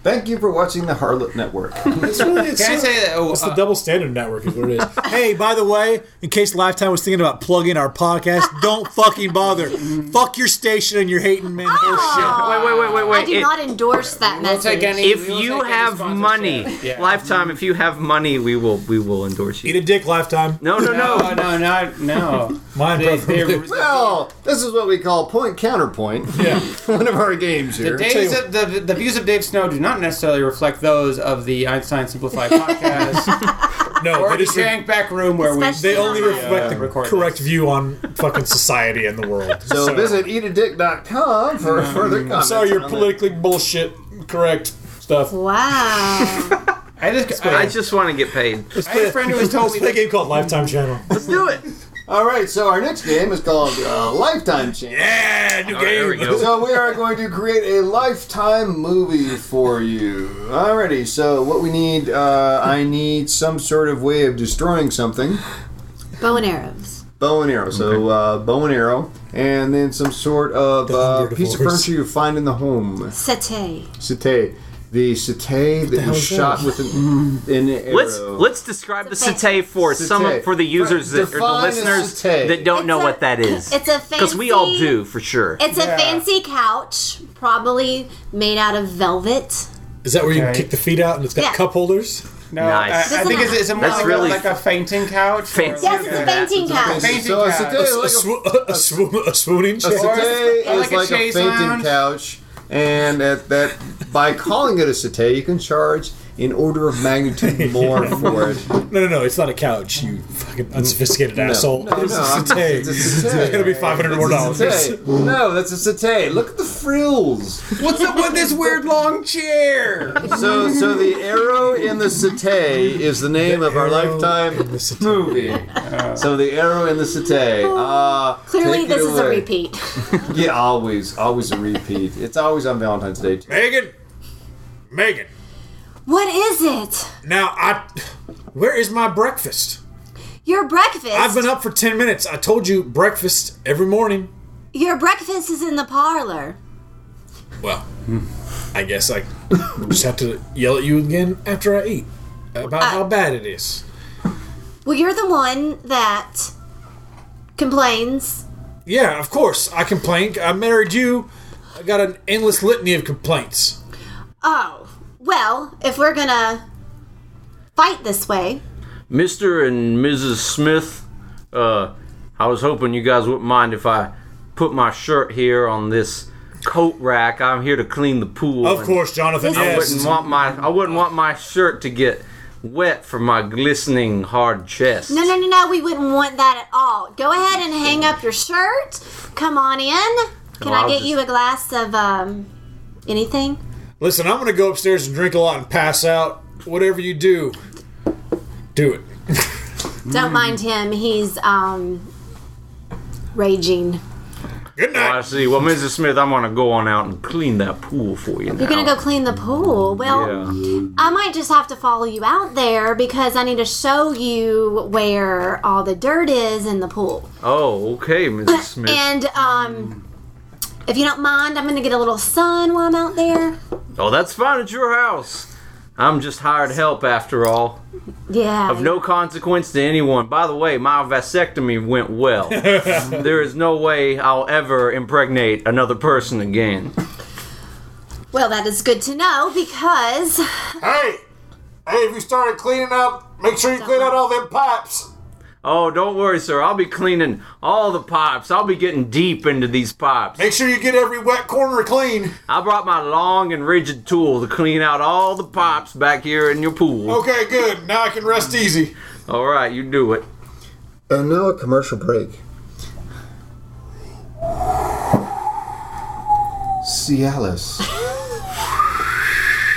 Speaker 1: Thank you for watching the Harlot Network. <laughs>
Speaker 3: It's really, it's,
Speaker 5: Can I
Speaker 3: so-
Speaker 5: say that? Oh,
Speaker 3: it's the
Speaker 5: uh,
Speaker 3: double standard network is what it is.
Speaker 6: Hey, by the way, in case Lifetime was thinking about plugging our podcast, don't fucking bother. Fuck your station and your hating men bullshit.
Speaker 2: Wait, wait, wait, wait, wait.
Speaker 4: I do
Speaker 2: It-
Speaker 4: not endorse that
Speaker 5: we'll
Speaker 4: message.
Speaker 5: oh, uh, take any-
Speaker 2: if
Speaker 5: we will
Speaker 2: you
Speaker 5: take any
Speaker 2: have
Speaker 5: sponsorship.
Speaker 2: money,
Speaker 5: Yeah.
Speaker 2: lifetime. If you have money, we will we will endorse
Speaker 3: Eat
Speaker 2: you.
Speaker 3: a dick, Lifetime.
Speaker 2: No, no, no.
Speaker 5: no, no,
Speaker 3: <laughs>
Speaker 5: not no.
Speaker 3: Mine,
Speaker 5: They-
Speaker 3: brother.
Speaker 5: they-
Speaker 1: well, this is what we call point counterpoint.
Speaker 3: Yeah.
Speaker 1: <laughs> One of our games here.
Speaker 5: Days of, the, the views of Dave Snow do not necessarily reflect those of the Einstein
Speaker 2: <laughs>
Speaker 5: Simplified podcast
Speaker 3: No,
Speaker 5: or
Speaker 3: they,
Speaker 5: the
Speaker 3: just
Speaker 5: Shank back room where we
Speaker 4: Especially
Speaker 3: they only
Speaker 4: on-
Speaker 3: reflect the
Speaker 5: record
Speaker 3: correct view on fucking society and the world.
Speaker 1: so visit eatadick.com for further comments.
Speaker 3: Sorry, your
Speaker 1: on
Speaker 3: politically bullshit correct stuff.
Speaker 4: Wow.
Speaker 5: I just,
Speaker 2: I
Speaker 5: I,
Speaker 2: just want to get paid.
Speaker 5: I had a friend who was told me
Speaker 3: Play a
Speaker 5: that
Speaker 3: game called Lifetime Channel.
Speaker 2: Let's do it.
Speaker 1: that. All right, so our next game is called uh, Lifetime Channel.
Speaker 3: yeah, new
Speaker 2: right, there we go.
Speaker 1: So we are going to create a lifetime movie for you. Alrighty. So what we need, uh, I need some sort of way of destroying something.
Speaker 4: Bow and arrows.
Speaker 1: Bow and arrow. So uh, bow and arrow, and then some sort of
Speaker 3: The
Speaker 1: uh,
Speaker 3: Hunger
Speaker 1: piece of
Speaker 3: Divorce.
Speaker 1: furniture you find in the home.
Speaker 4: Settee.
Speaker 1: Satay. The satay that
Speaker 3: hell
Speaker 1: was
Speaker 3: is that?
Speaker 1: shot with an, an arrow.
Speaker 2: Let's let's describe the satay for some
Speaker 1: Satay.
Speaker 2: for the users that, or the
Speaker 1: Define a
Speaker 2: listeners
Speaker 1: satay.
Speaker 2: that don't
Speaker 4: It's
Speaker 2: know
Speaker 4: a-
Speaker 2: what that is.
Speaker 4: It's a fancy.
Speaker 2: Because we all do for sure.
Speaker 4: It's
Speaker 5: Yeah.
Speaker 4: a fancy couch, probably made out of velvet.
Speaker 3: Is that where you can
Speaker 5: Okay.
Speaker 3: kick the feet out and it's got
Speaker 4: Yeah.
Speaker 3: cup holders?
Speaker 5: no.
Speaker 2: Nice.
Speaker 5: I, I think it's, it's more
Speaker 2: That's
Speaker 5: like,
Speaker 2: really
Speaker 5: a, like a fainting couch.
Speaker 2: fancy.
Speaker 5: Or
Speaker 4: Yes,
Speaker 5: like
Speaker 4: it's a
Speaker 2: Yeah.
Speaker 4: fainting couch.
Speaker 5: fainting
Speaker 1: So a
Speaker 5: couch.
Speaker 1: satay is
Speaker 3: A,
Speaker 1: like a
Speaker 3: swo- <laughs> a, swo- a swooning
Speaker 1: A
Speaker 3: chair?
Speaker 5: Or-
Speaker 1: satay
Speaker 5: or
Speaker 1: is
Speaker 5: like a
Speaker 1: like a
Speaker 5: chaise
Speaker 1: fainting
Speaker 5: lounge.
Speaker 1: couch, and at that, by calling it a satay, you can charge an order of magnitude more for it.
Speaker 3: No, no, no. It's not a couch. You fucking unsophisticated asshole.
Speaker 1: No, no,
Speaker 3: it's a
Speaker 1: I'm-
Speaker 3: satay.
Speaker 1: it's a satay.
Speaker 3: It's gonna be five hundred more
Speaker 1: It's
Speaker 3: dollars.
Speaker 1: a satay. No, that's a satay. Look at the frills.
Speaker 5: What's up with this weird long chair?
Speaker 1: So, so the arrow in the satay is the name of our
Speaker 3: Arrow in
Speaker 1: lifetime
Speaker 3: the satay.
Speaker 1: movie. So the arrow in the satay. Uh,
Speaker 4: Clearly,
Speaker 1: take it
Speaker 4: this is a
Speaker 1: away.
Speaker 4: repeat. <laughs>
Speaker 1: Yeah, always, always a repeat. It's always on Valentine's Day. too.
Speaker 3: Megan, Megan.
Speaker 4: what is it?
Speaker 3: Now I, where is my breakfast?
Speaker 4: Your breakfast.
Speaker 3: I've been up for ten minutes. I told you breakfast every morning.
Speaker 4: Your breakfast is in the parlor.
Speaker 3: Well, I guess I just have to yell at you again after I eat about how bad it is.
Speaker 4: Well, you're the one that complains.
Speaker 3: Yeah, of course I complain. I married you. I got an endless litany of complaints.
Speaker 4: Oh, well, if we're gonna fight this way,
Speaker 2: Mr. and Mrs. Smith, uh, I was hoping you guys wouldn't mind if I put my shirt here on this coat rack. I'm here to clean the pool.
Speaker 3: Of
Speaker 2: and
Speaker 3: course, Jonathan.
Speaker 4: This is-
Speaker 2: I
Speaker 3: Yes.
Speaker 2: wouldn't want my I wouldn't want my shirt to get wet from my glistening hard chest.
Speaker 4: no, no, no, no, we wouldn't want that at all. Go ahead and hang up your shirt. Come on in. Can
Speaker 2: Well,
Speaker 4: I
Speaker 2: I'll
Speaker 4: get
Speaker 2: just-
Speaker 4: you a glass of um anything?
Speaker 3: Listen, I'm gonna go upstairs and drink a lot and pass out. Whatever you do, do it.
Speaker 2: Hmm.
Speaker 4: Don't mind him. He's um raging.
Speaker 3: Good
Speaker 2: Oh, I
Speaker 3: night.
Speaker 2: see. Well, Mrs. Smith, I'm gonna go on out and clean that pool for you.
Speaker 4: You're gonna go clean the pool. Well,
Speaker 2: Yeah.
Speaker 4: I might just have to follow you out there because I need to show you where all the dirt is in the pool.
Speaker 2: Oh, okay, Mrs. Smith.
Speaker 4: And um,
Speaker 2: Hmm.
Speaker 4: if you don't mind, I'm gonna get a little sun while I'm out there.
Speaker 2: oh, that's fine at your house. I'm just hired help after all.
Speaker 4: Yeah.
Speaker 2: Of no consequence to anyone. By the way, my vasectomy went well. there is no way I'll ever impregnate another person again.
Speaker 4: Well, that is good to know because
Speaker 3: Hey, hey, if you started cleaning up, make sure you clean out all them pipes.
Speaker 2: Oh, don't worry, sir. I'll be cleaning all the pipes. I'll be getting deep into these pipes.
Speaker 3: Make sure you get every wet corner clean.
Speaker 2: I brought my long and rigid tool to clean out all the pipes back here in your pool.
Speaker 3: Okay, good. Now I can rest easy.
Speaker 2: All right, you do it.
Speaker 1: And now Uh, a commercial break. Cialis.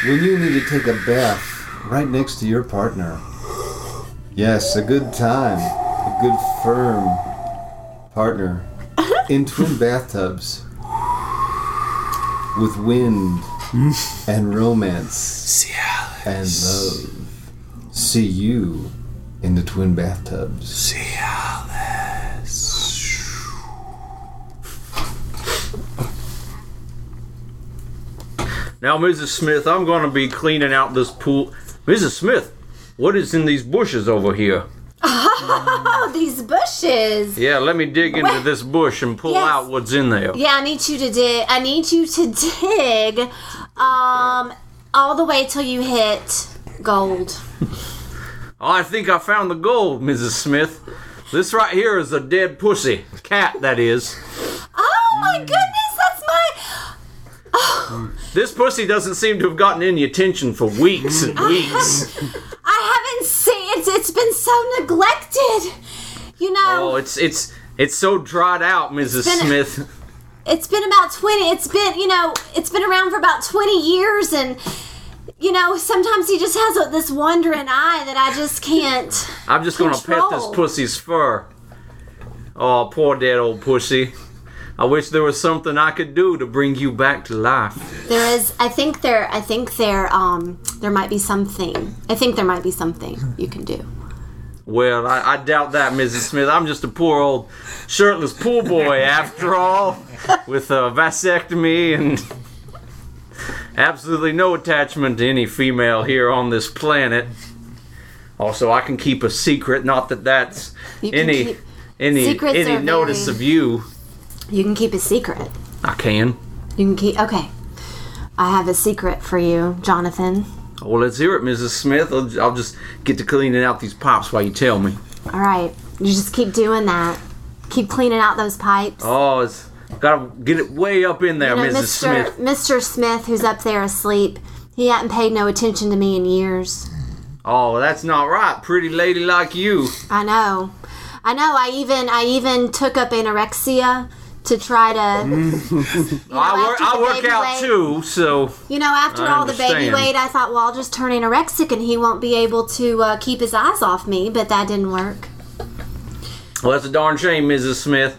Speaker 1: when you need to take a bath right next to your partner. Yes, a good time. A good firm partner. In twin bathtubs. With wind and romance
Speaker 3: Cialis.
Speaker 1: and love. See you in the twin bathtubs.
Speaker 2: Now, Mrs. Smith, I'm going to be cleaning out this pool. Mrs. Smith, what is in these bushes over here?
Speaker 4: Oh, these bushes.
Speaker 2: Yeah, let me dig into this bush and pull
Speaker 4: Yes.
Speaker 2: out what's in there.
Speaker 4: Yeah, I need you to dig. I need you to dig, um, all the way till you hit gold.
Speaker 2: Oh, I think I found the gold, Mrs. Smith. This right here is a dead pussy. Cat, that is.
Speaker 4: Oh my goodness, that's my. oh,
Speaker 2: This pussy doesn't seem to have gotten any attention for weeks
Speaker 4: <laughs>
Speaker 2: and weeks.
Speaker 4: I haven't seen it's. It's been so neglected. You know,
Speaker 2: Oh, it's it's it's so dried out, Mrs.
Speaker 4: been a-
Speaker 2: Smith.
Speaker 4: it's been about 20 it's been you know it's been around for about 20 years and you know sometimes he just has this wandering eye that i just can't
Speaker 2: I'm just gonna pet this
Speaker 4: Control.
Speaker 2: pussy's fur. Oh, poor dead old pussy. I wish there was something I could do to bring you back to life.
Speaker 4: there is i think there i think there um there might be something i think there might be something you can do
Speaker 2: Well, I, I doubt that, Mrs. Smith. I'm just a poor old shirtless pool
Speaker 4: <laughs>
Speaker 2: boy, after all, with a vasectomy and absolutely no attachment to any female here on this planet. Also, I can keep a secret. Not that that's
Speaker 4: You can
Speaker 2: any
Speaker 4: keep-
Speaker 2: any
Speaker 4: secrets
Speaker 2: any
Speaker 4: are
Speaker 2: notice
Speaker 4: very-
Speaker 2: of you.
Speaker 4: you can keep a secret
Speaker 2: I can.
Speaker 4: you can keep okay i have a secret for you jonathan
Speaker 2: Well, let's hear it, Mrs. Smith. I'll, I'll just get to cleaning out these pops while you tell me.
Speaker 4: all right you just keep doing that keep cleaning out those pipes
Speaker 2: Oh, it's gotta get it way up in there,
Speaker 4: You know,
Speaker 2: Mrs.
Speaker 4: Mr.
Speaker 2: Smith.
Speaker 4: Mr. Smith, who's up there asleep, he hadn't paid no attention to me in years.
Speaker 2: Oh, that's not right, pretty lady like you.
Speaker 4: I know, I know. I even I even took up anorexia to try to.
Speaker 2: Mm-hmm.
Speaker 4: You know,
Speaker 2: I work,
Speaker 4: after
Speaker 2: I
Speaker 4: the
Speaker 2: work
Speaker 4: baby
Speaker 2: out
Speaker 4: weight-
Speaker 2: too, so
Speaker 4: You know, after
Speaker 2: I
Speaker 4: all the baby
Speaker 2: understand.
Speaker 4: weight, I thought, well, I'll just turn anorexic and he won't be able to uh, keep his eyes off me. But that didn't work.
Speaker 2: well, that's a darn shame, Mrs. Smith.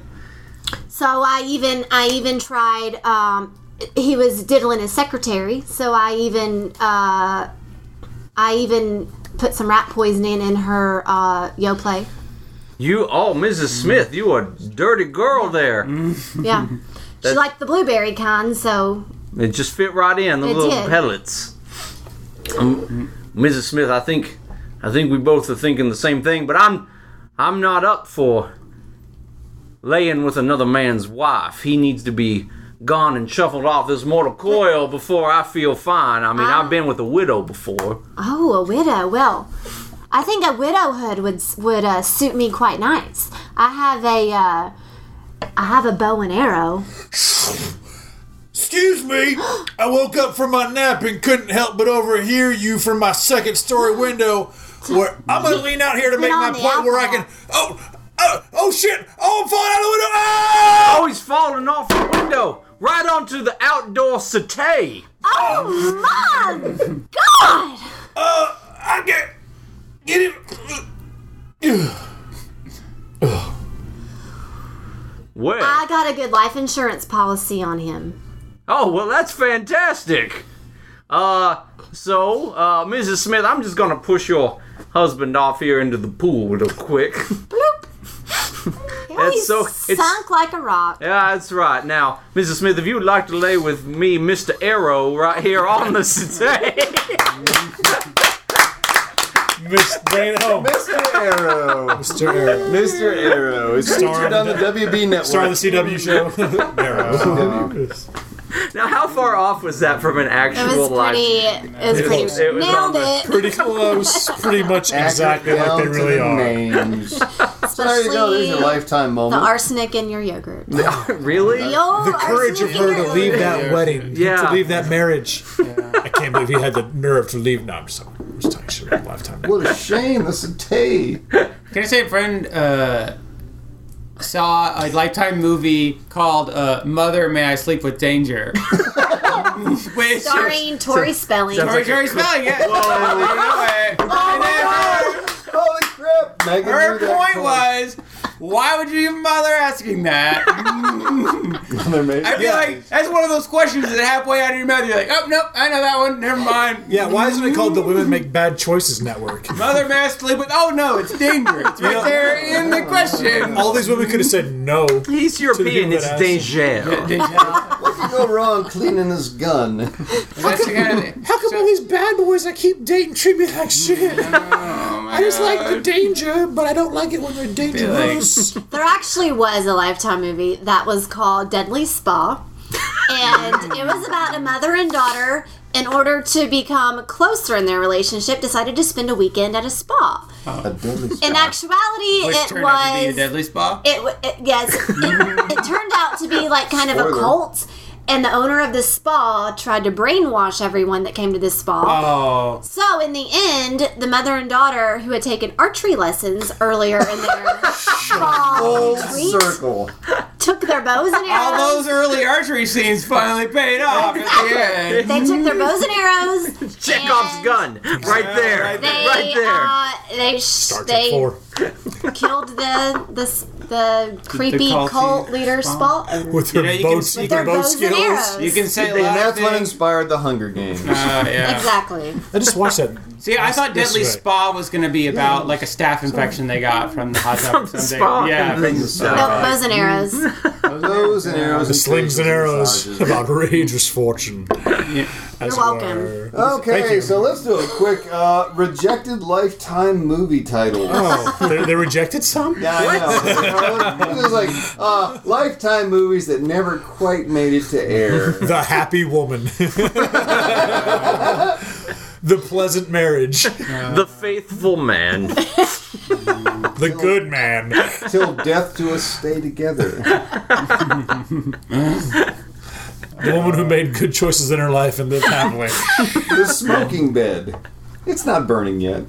Speaker 4: So I even I even tried. Um, he was diddling his secretary, so I even uh, I even put some rat poisoning in her uh, yo play.
Speaker 2: You, oh, Mrs. Smith, you a dirty girl there. <laughs>
Speaker 4: Yeah, she liked the blueberry kind, so
Speaker 2: It just fit right in the
Speaker 4: It
Speaker 2: little
Speaker 4: did.
Speaker 2: pellets. Um, Mrs. Smith, I think, I think we both are thinking the same thing, but I'm, I'm not up for laying with another man's wife. He needs to be gone and shuffled off this mortal coil before I feel fine. I mean,
Speaker 4: Um,
Speaker 2: I've been with a widow before.
Speaker 4: oh, a widow. Well, I think a widowhood would would uh, suit me quite nice. I have a uh, I have a bow and arrow.
Speaker 6: Excuse me. I woke up from my nap and couldn't help but overhear you from my second story window. Where I'm gonna lean out here to make my
Speaker 4: on the
Speaker 6: point where I
Speaker 4: alcohol.
Speaker 6: can. Oh, oh, oh shit! Oh, I'm falling out the window. Oh!
Speaker 2: Oh, he's falling off the window right onto the outdoor settee.
Speaker 4: Oh my God!
Speaker 6: Uh, I get get it.
Speaker 2: Well,
Speaker 4: I got a good life insurance policy on him.
Speaker 2: Oh, well, that's fantastic. Uh, so, uh, Mrs. Smith, I'm just gonna push your husband off here into the pool real quick. <laughs>
Speaker 4: Bloop.
Speaker 2: That's
Speaker 4: he
Speaker 2: so- it's-
Speaker 4: sunk like a rock.
Speaker 2: yeah, that's right. Now, Mrs. Smith, if you'd like to lay with me, Mr. Arrow, right here on the today.
Speaker 6: Miss bring it home.
Speaker 1: Mr. Arrow.
Speaker 6: Mr. Arrow.
Speaker 1: Mr. Arrow is featured on the WB network.
Speaker 6: Star of the CW show. <laughs> Arrow.
Speaker 2: now, how far off was that from an
Speaker 4: It
Speaker 2: actual
Speaker 4: was
Speaker 2: like?
Speaker 4: pretty. It was
Speaker 6: It was-
Speaker 4: pretty.
Speaker 2: it was on
Speaker 4: nailed
Speaker 2: the-
Speaker 4: it.
Speaker 6: Pretty close. Pretty much exactly
Speaker 1: Down
Speaker 6: like they
Speaker 1: to
Speaker 6: really
Speaker 1: the
Speaker 6: are.
Speaker 1: Names. So <laughs> there you go. There's your
Speaker 4: Especially
Speaker 1: lifetime
Speaker 4: the
Speaker 1: moment.
Speaker 4: arsenic in your yogurt.
Speaker 2: <laughs> really?
Speaker 4: the
Speaker 6: courage of her to leave that wedding,
Speaker 2: Yeah.
Speaker 6: to leave that marriage. I can't believe he had the nerve to leave. No, I'm just, I'm just talking shit about lifetime.
Speaker 1: What a shame. That's a day.
Speaker 5: Can I say a friend uh, saw a Lifetime movie called uh, "Mother May I Sleep with <laughs> Danger," which
Speaker 4: Starring Tori Spelling.
Speaker 5: Or Jerry Spelling, yeah. <laughs>
Speaker 4: Oh
Speaker 5: And then
Speaker 1: Holy crap. Megan
Speaker 5: her, her
Speaker 1: knew that
Speaker 5: point was, why would your mother asking that? <laughs>
Speaker 1: They're made-
Speaker 5: I feel like that's one of those questions that halfway out of your mouth you're like, oh nope, I know that one. Never mind.
Speaker 6: Yeah, why isn't it called the Women Make Bad Choices Network?
Speaker 5: Mother may I sleep with? Oh no, it's danger. It's <laughs> right there in the question. <laughs>
Speaker 6: All these women could have said no.
Speaker 2: He's European.
Speaker 6: people
Speaker 2: It's
Speaker 6: that ask.
Speaker 2: danger.
Speaker 5: Danger.
Speaker 1: can go wrong cleaning his gun.
Speaker 5: That's the kind of
Speaker 6: How come all these bad boys I keep dating treat me like shit? <laughs> I just like the danger, but I don't like it when they're dangerous.
Speaker 4: There actually was a Lifetime movie that was called Deadly Spa, and it was about a mother and daughter. In order to become closer in their relationship, decided to spend a weekend at a spa.
Speaker 1: <laughs> A deadly
Speaker 4: In
Speaker 6: Uh-huh.
Speaker 4: actuality,
Speaker 5: Which
Speaker 4: it
Speaker 5: turned out to be a
Speaker 4: was
Speaker 5: deadly spa.
Speaker 4: it, w- it yes it, it turned out to be like kind of a
Speaker 1: Spoiler.
Speaker 4: cult and the owner of the spa tried to brainwash everyone that came to this spa
Speaker 5: Oh,
Speaker 4: so in the end the mother and daughter who had taken archery lessons earlier in their fall retreat
Speaker 1: circle.
Speaker 4: took their bows and
Speaker 5: all
Speaker 4: arrows
Speaker 5: those early archery scenes finally paid off at the end.
Speaker 4: they took their bows and arrows
Speaker 2: <laughs> Chekhov's
Speaker 4: and
Speaker 2: gun, right there,
Speaker 5: right
Speaker 2: right
Speaker 4: they
Speaker 2: there.
Speaker 4: uh, they sh-
Speaker 3: Starts at
Speaker 4: they
Speaker 3: four.
Speaker 4: killed the the s- the creepy
Speaker 5: culty
Speaker 4: cult leader
Speaker 5: spa.
Speaker 4: spa,
Speaker 6: With their
Speaker 5: know, you can
Speaker 6: boats,
Speaker 5: see
Speaker 6: with
Speaker 4: their
Speaker 6: their bow
Speaker 4: bows and
Speaker 6: skills.
Speaker 4: arrows
Speaker 5: You can say
Speaker 1: And that's what
Speaker 5: laughing.
Speaker 1: inspired the Hunger Games.
Speaker 6: Ah.
Speaker 5: Uh, yeah. <laughs>
Speaker 4: exactly
Speaker 3: I just watched that.
Speaker 5: See, I thought
Speaker 3: That's
Speaker 5: Deadly
Speaker 3: right.
Speaker 5: Spa was going to be about like a staph infection they got from the hot tub or
Speaker 2: From the
Speaker 5: something.
Speaker 2: spa
Speaker 5: Yeah,
Speaker 2: and
Speaker 5: <laughs> from
Speaker 2: the
Speaker 5: the
Speaker 2: spa.
Speaker 5: spa.
Speaker 4: Bo- bows and arrows
Speaker 1: Those and arrows.
Speaker 6: The slings and arrows <laughs>
Speaker 1: massages.
Speaker 6: about Ranger's fortune.
Speaker 5: Yeah.
Speaker 6: You're
Speaker 4: welcome.
Speaker 6: Thank
Speaker 1: Okay,
Speaker 6: you.
Speaker 1: so let's do a quick uh, rejected lifetime movie title.
Speaker 6: Oh, they, they rejected some?
Speaker 1: Yeah, I know. <laughs> it was like uh, lifetime movies that never quite made it to air.
Speaker 6: The happy woman. the pleasant marriage.
Speaker 2: The faithful man.
Speaker 6: The good man.
Speaker 1: Till death do us stay together.
Speaker 6: The woman who made good choices in her life and lived happily.
Speaker 1: The smoking bed. It's not burning yet.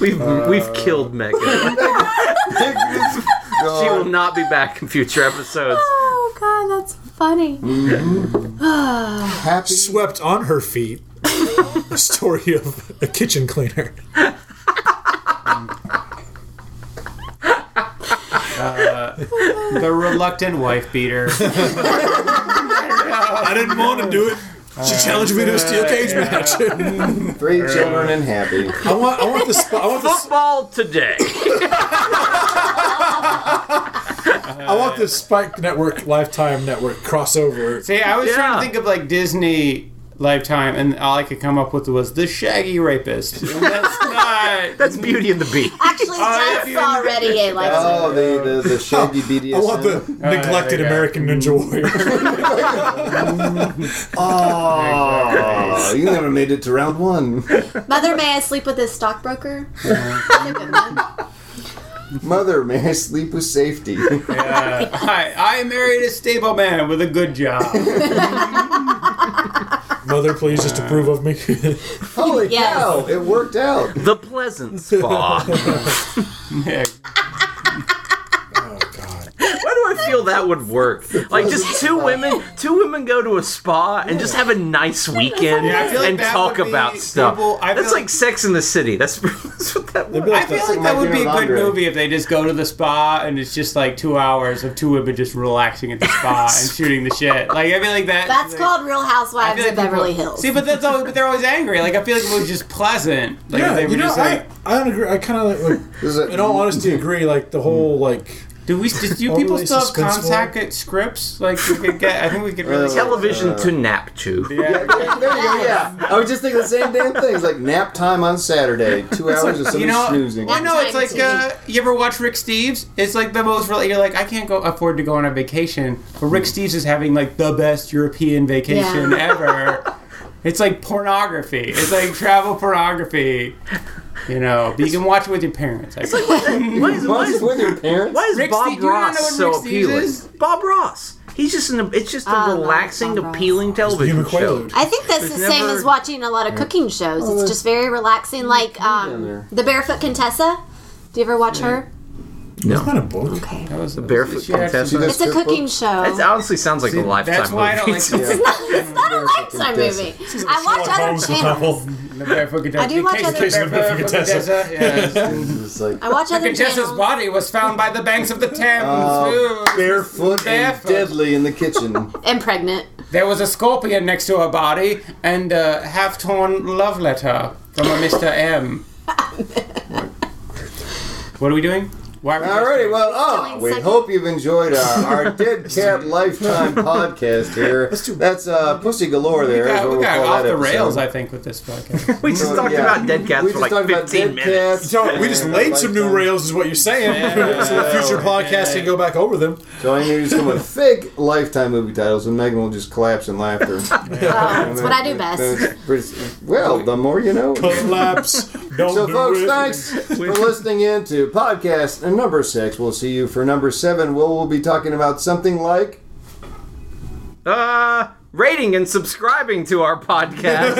Speaker 2: We've we've killed Megan. She will
Speaker 1: God.
Speaker 2: not be back in future episodes.
Speaker 4: Oh god, that's funny.
Speaker 1: Happy
Speaker 6: Swept on her feet. A story of a kitchen cleaner.
Speaker 5: the reluctant wife <laughs> beater.
Speaker 6: I didn't want to do it. She challenged me to a steel cage match.
Speaker 1: three children and happy.
Speaker 6: I want, I want the, spa- I want the,
Speaker 2: Football today.
Speaker 6: I want the Spike Network Lifetime Network crossover.
Speaker 5: See, I was trying to
Speaker 2: Yeah.
Speaker 5: think of like Disney Lifetime, and all I could come up with was the Shaggy <laughs> Rapist. And that's not.
Speaker 2: <coughs> That's Beauty and the Beast.
Speaker 4: Actually, that's
Speaker 5: yeah.
Speaker 4: already a lesson.
Speaker 1: Oh, the the, the shaggy BDSM.
Speaker 6: I want the neglected
Speaker 5: there you go.
Speaker 6: American Ninja Warrior.
Speaker 1: Oh, you never made it to round one.
Speaker 4: <laughs> Mother, may I sleep with this stockbroker?
Speaker 1: Mother, may I sleep with safety?
Speaker 5: <laughs> Yeah. I, I married a stable man with a good job.
Speaker 6: Mother, please just approve of me.
Speaker 1: Holy
Speaker 4: Yes.
Speaker 1: cow, it worked out.
Speaker 2: The pleasant spa. Why
Speaker 5: Yeah.
Speaker 2: do I feel that would work? Like just two women, two women go to a spa and just have a nice weekend
Speaker 5: Yeah, I feel like
Speaker 2: and
Speaker 5: that
Speaker 2: talk
Speaker 5: would be
Speaker 2: about stuff.
Speaker 5: people- I feel
Speaker 2: that's like,
Speaker 5: like-
Speaker 2: Sex in the City. That's, <laughs> that's what that would.
Speaker 5: I feel like that would be a good movie if they just go to the spa and it's just like two hours of two women just relaxing at the spa and shooting the shit. Like I feel like that.
Speaker 4: <laughs> That's
Speaker 5: like,
Speaker 4: called Real
Speaker 5: I
Speaker 4: Housewives
Speaker 5: feel like
Speaker 4: of Beverly
Speaker 5: people-
Speaker 4: Hills.
Speaker 5: See, but that's always, but they're always angry. Like I feel like it was just pleasant. Like if
Speaker 6: yeah,
Speaker 5: they were
Speaker 6: you know,
Speaker 5: just like,
Speaker 6: I, I don't agree. I kind of like,
Speaker 1: Is it-
Speaker 6: in all honesty, agree. Like the
Speaker 5: Hmm.
Speaker 6: whole like
Speaker 5: do we? Do you
Speaker 6: Overly
Speaker 5: people still have
Speaker 6: suspenseful.
Speaker 5: contact at scripts? Like we could get. I think we could really.
Speaker 2: Television to nap to.
Speaker 5: uh, Yeah.
Speaker 1: There you go, yeah. I was just thinking the same damn thing. It's like nap time on Saturday, two hours of somebody
Speaker 5: you know-
Speaker 1: snoozing.
Speaker 5: Well, no, it's
Speaker 4: Time
Speaker 5: like
Speaker 4: TV.
Speaker 5: uh, you ever watch Rick Steves? It's like the most. Really, you're like, I can't go afford to go on a vacation, but Rick Steves is having like the best European vacation
Speaker 4: Yeah. <laughs>
Speaker 5: ever. It's like pornography. It's like travel pornography. You know, but you can watch it with your parents. I
Speaker 2: <laughs>
Speaker 5: guess.
Speaker 2: Why is, why
Speaker 1: Once
Speaker 2: is,
Speaker 1: with your parents?
Speaker 2: why is
Speaker 5: Rick
Speaker 2: Bob
Speaker 5: Steves- do you not know
Speaker 2: Ross
Speaker 5: what
Speaker 2: so
Speaker 5: Rick Steves
Speaker 2: appealing?
Speaker 5: is?
Speaker 2: Bob Ross. He's just an. It's just a
Speaker 4: Oh, no,
Speaker 2: relaxing,
Speaker 4: Bob Ross.
Speaker 2: appealing television
Speaker 6: human
Speaker 2: show.
Speaker 6: quaalude.
Speaker 4: I think that's the
Speaker 2: There's
Speaker 4: same
Speaker 2: never-
Speaker 4: as watching a lot of cooking shows. It's just very relaxing, like um,
Speaker 1: there.
Speaker 4: the Barefoot Contessa. Do you ever watch her?
Speaker 6: It's not a book.
Speaker 4: Okay,
Speaker 5: That was-
Speaker 2: Barefoot
Speaker 5: she actually-
Speaker 2: Contessa.
Speaker 1: does
Speaker 4: it's a
Speaker 1: cookbook.
Speaker 4: cooking show.
Speaker 2: That honestly sounds like a lifetime
Speaker 5: That's why I don't
Speaker 2: movie. <laughs>
Speaker 5: like the
Speaker 1: Yeah.
Speaker 4: it's not a lifetime
Speaker 1: Contessa.
Speaker 4: movie. I watch other
Speaker 6: Holmes
Speaker 4: channels.
Speaker 6: novel.
Speaker 5: The Barefoot Contessa.
Speaker 4: I do watch
Speaker 5: In
Speaker 4: other-
Speaker 5: case of the Barefoot Contessa. yes.
Speaker 1: It's like
Speaker 4: I watch other
Speaker 5: Contessa's
Speaker 4: channels.
Speaker 5: body was found by the banks of the Thames.
Speaker 1: Oh.
Speaker 5: Ooh.
Speaker 1: barefoot and
Speaker 5: Barefoot.
Speaker 1: deadly in the
Speaker 5: <laughs>
Speaker 1: kitchen.
Speaker 4: And pregnant.
Speaker 5: There was a scorpion next to her body and a half torn love letter from a Mr. M. what? what are we doing? Why would you-
Speaker 1: Alrighty, well, oh,
Speaker 4: Killing
Speaker 1: we
Speaker 4: second.
Speaker 1: hope you've enjoyed our,
Speaker 5: <laughs>
Speaker 1: our Dead Cat Lifetime podcast here.
Speaker 3: Let's do-
Speaker 1: That's uh, Pussy Galore there.
Speaker 5: we
Speaker 1: is
Speaker 5: got,
Speaker 1: what
Speaker 5: we
Speaker 1: we'll
Speaker 5: got
Speaker 1: call
Speaker 5: off
Speaker 1: that
Speaker 5: the rails,
Speaker 1: episode.
Speaker 5: I think, with this podcast.
Speaker 2: We just
Speaker 1: So,
Speaker 2: talked
Speaker 1: yeah.
Speaker 2: about dead cats
Speaker 1: We just
Speaker 2: for like
Speaker 1: talked about
Speaker 2: 15
Speaker 1: dead cats
Speaker 2: minutes.
Speaker 6: So we just
Speaker 1: and
Speaker 6: laid some new
Speaker 1: lifetime.
Speaker 6: rails, is what you're saying.
Speaker 5: Yeah.
Speaker 6: <laughs> so the future podcast can go back over them.
Speaker 1: Join you some with fake lifetime movie titles, and Megan will just collapse in
Speaker 4: <laughs>
Speaker 1: laughter.
Speaker 4: Oh, that's what I do best.
Speaker 1: Well, the more you know.
Speaker 6: Collapse. Don't
Speaker 1: So,
Speaker 6: do
Speaker 1: folks,
Speaker 6: it.
Speaker 1: thanks for listening in to podcast number six. We'll see you for number seven. We'll, we'll be talking about something like.
Speaker 2: Uh, rating and subscribing to our podcast.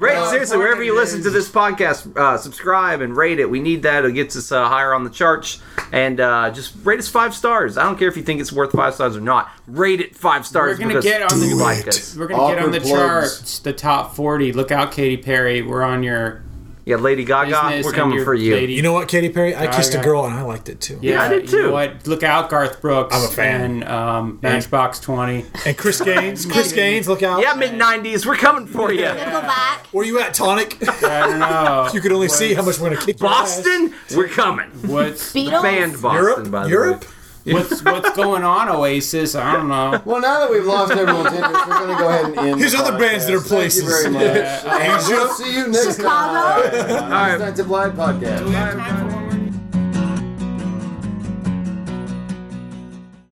Speaker 1: <laughs>
Speaker 2: Rate,
Speaker 1: Uh,
Speaker 2: seriously, wherever you listen to this podcast, uh, subscribe and rate it. We need that. It gets us uh, higher on the charts. And uh, just rate us five stars. I don't care if you think it's worth five stars or not. Rate it five stars
Speaker 5: gonna
Speaker 2: because
Speaker 5: get on the-
Speaker 2: you like
Speaker 3: Do it.
Speaker 2: us.
Speaker 5: We're gonna get on
Speaker 1: Awkward
Speaker 5: the
Speaker 1: plugs.
Speaker 5: charts, the top forty. Look out, Katy Perry. We're on your
Speaker 2: Yeah, Lady Gaga,
Speaker 5: business.
Speaker 2: we're
Speaker 5: and
Speaker 2: coming
Speaker 5: your
Speaker 2: for you.
Speaker 5: lady-
Speaker 6: You know what, Katy Perry? I kissed a
Speaker 5: yeah.
Speaker 6: girl and I liked it too.
Speaker 2: I did
Speaker 5: You
Speaker 2: too.
Speaker 5: know what? Look out, Garth Brooks.
Speaker 3: I'm a fan.
Speaker 5: And um, Matchbox Twenty.
Speaker 6: And Chris Gaines. Chris Gaines, look out.
Speaker 2: Yeah, mid 90s, we're coming for
Speaker 5: <laughs>
Speaker 2: you.
Speaker 4: Nickelback.
Speaker 6: Where you at, Tonic? <laughs>
Speaker 5: I don't know.
Speaker 6: you could only see how much we're going to kick your ass.
Speaker 2: Boston, we're coming.
Speaker 5: What's
Speaker 4: Beatles.
Speaker 2: Band Boston,
Speaker 6: Europe?
Speaker 2: by the
Speaker 6: Europe?
Speaker 2: way.
Speaker 5: what's what's going on, Oasis? I don't know.
Speaker 1: Well, now that we've
Speaker 6: <laughs>
Speaker 1: lost everyone's interest, we're going to go ahead and end.
Speaker 6: Here's
Speaker 1: the
Speaker 6: other bands
Speaker 1: podcast.
Speaker 6: that are places.
Speaker 1: Thank you very much.
Speaker 6: Asia.
Speaker 1: We'll see you next
Speaker 4: Chicago?
Speaker 1: time. All right. Live podcast.
Speaker 5: We have time for one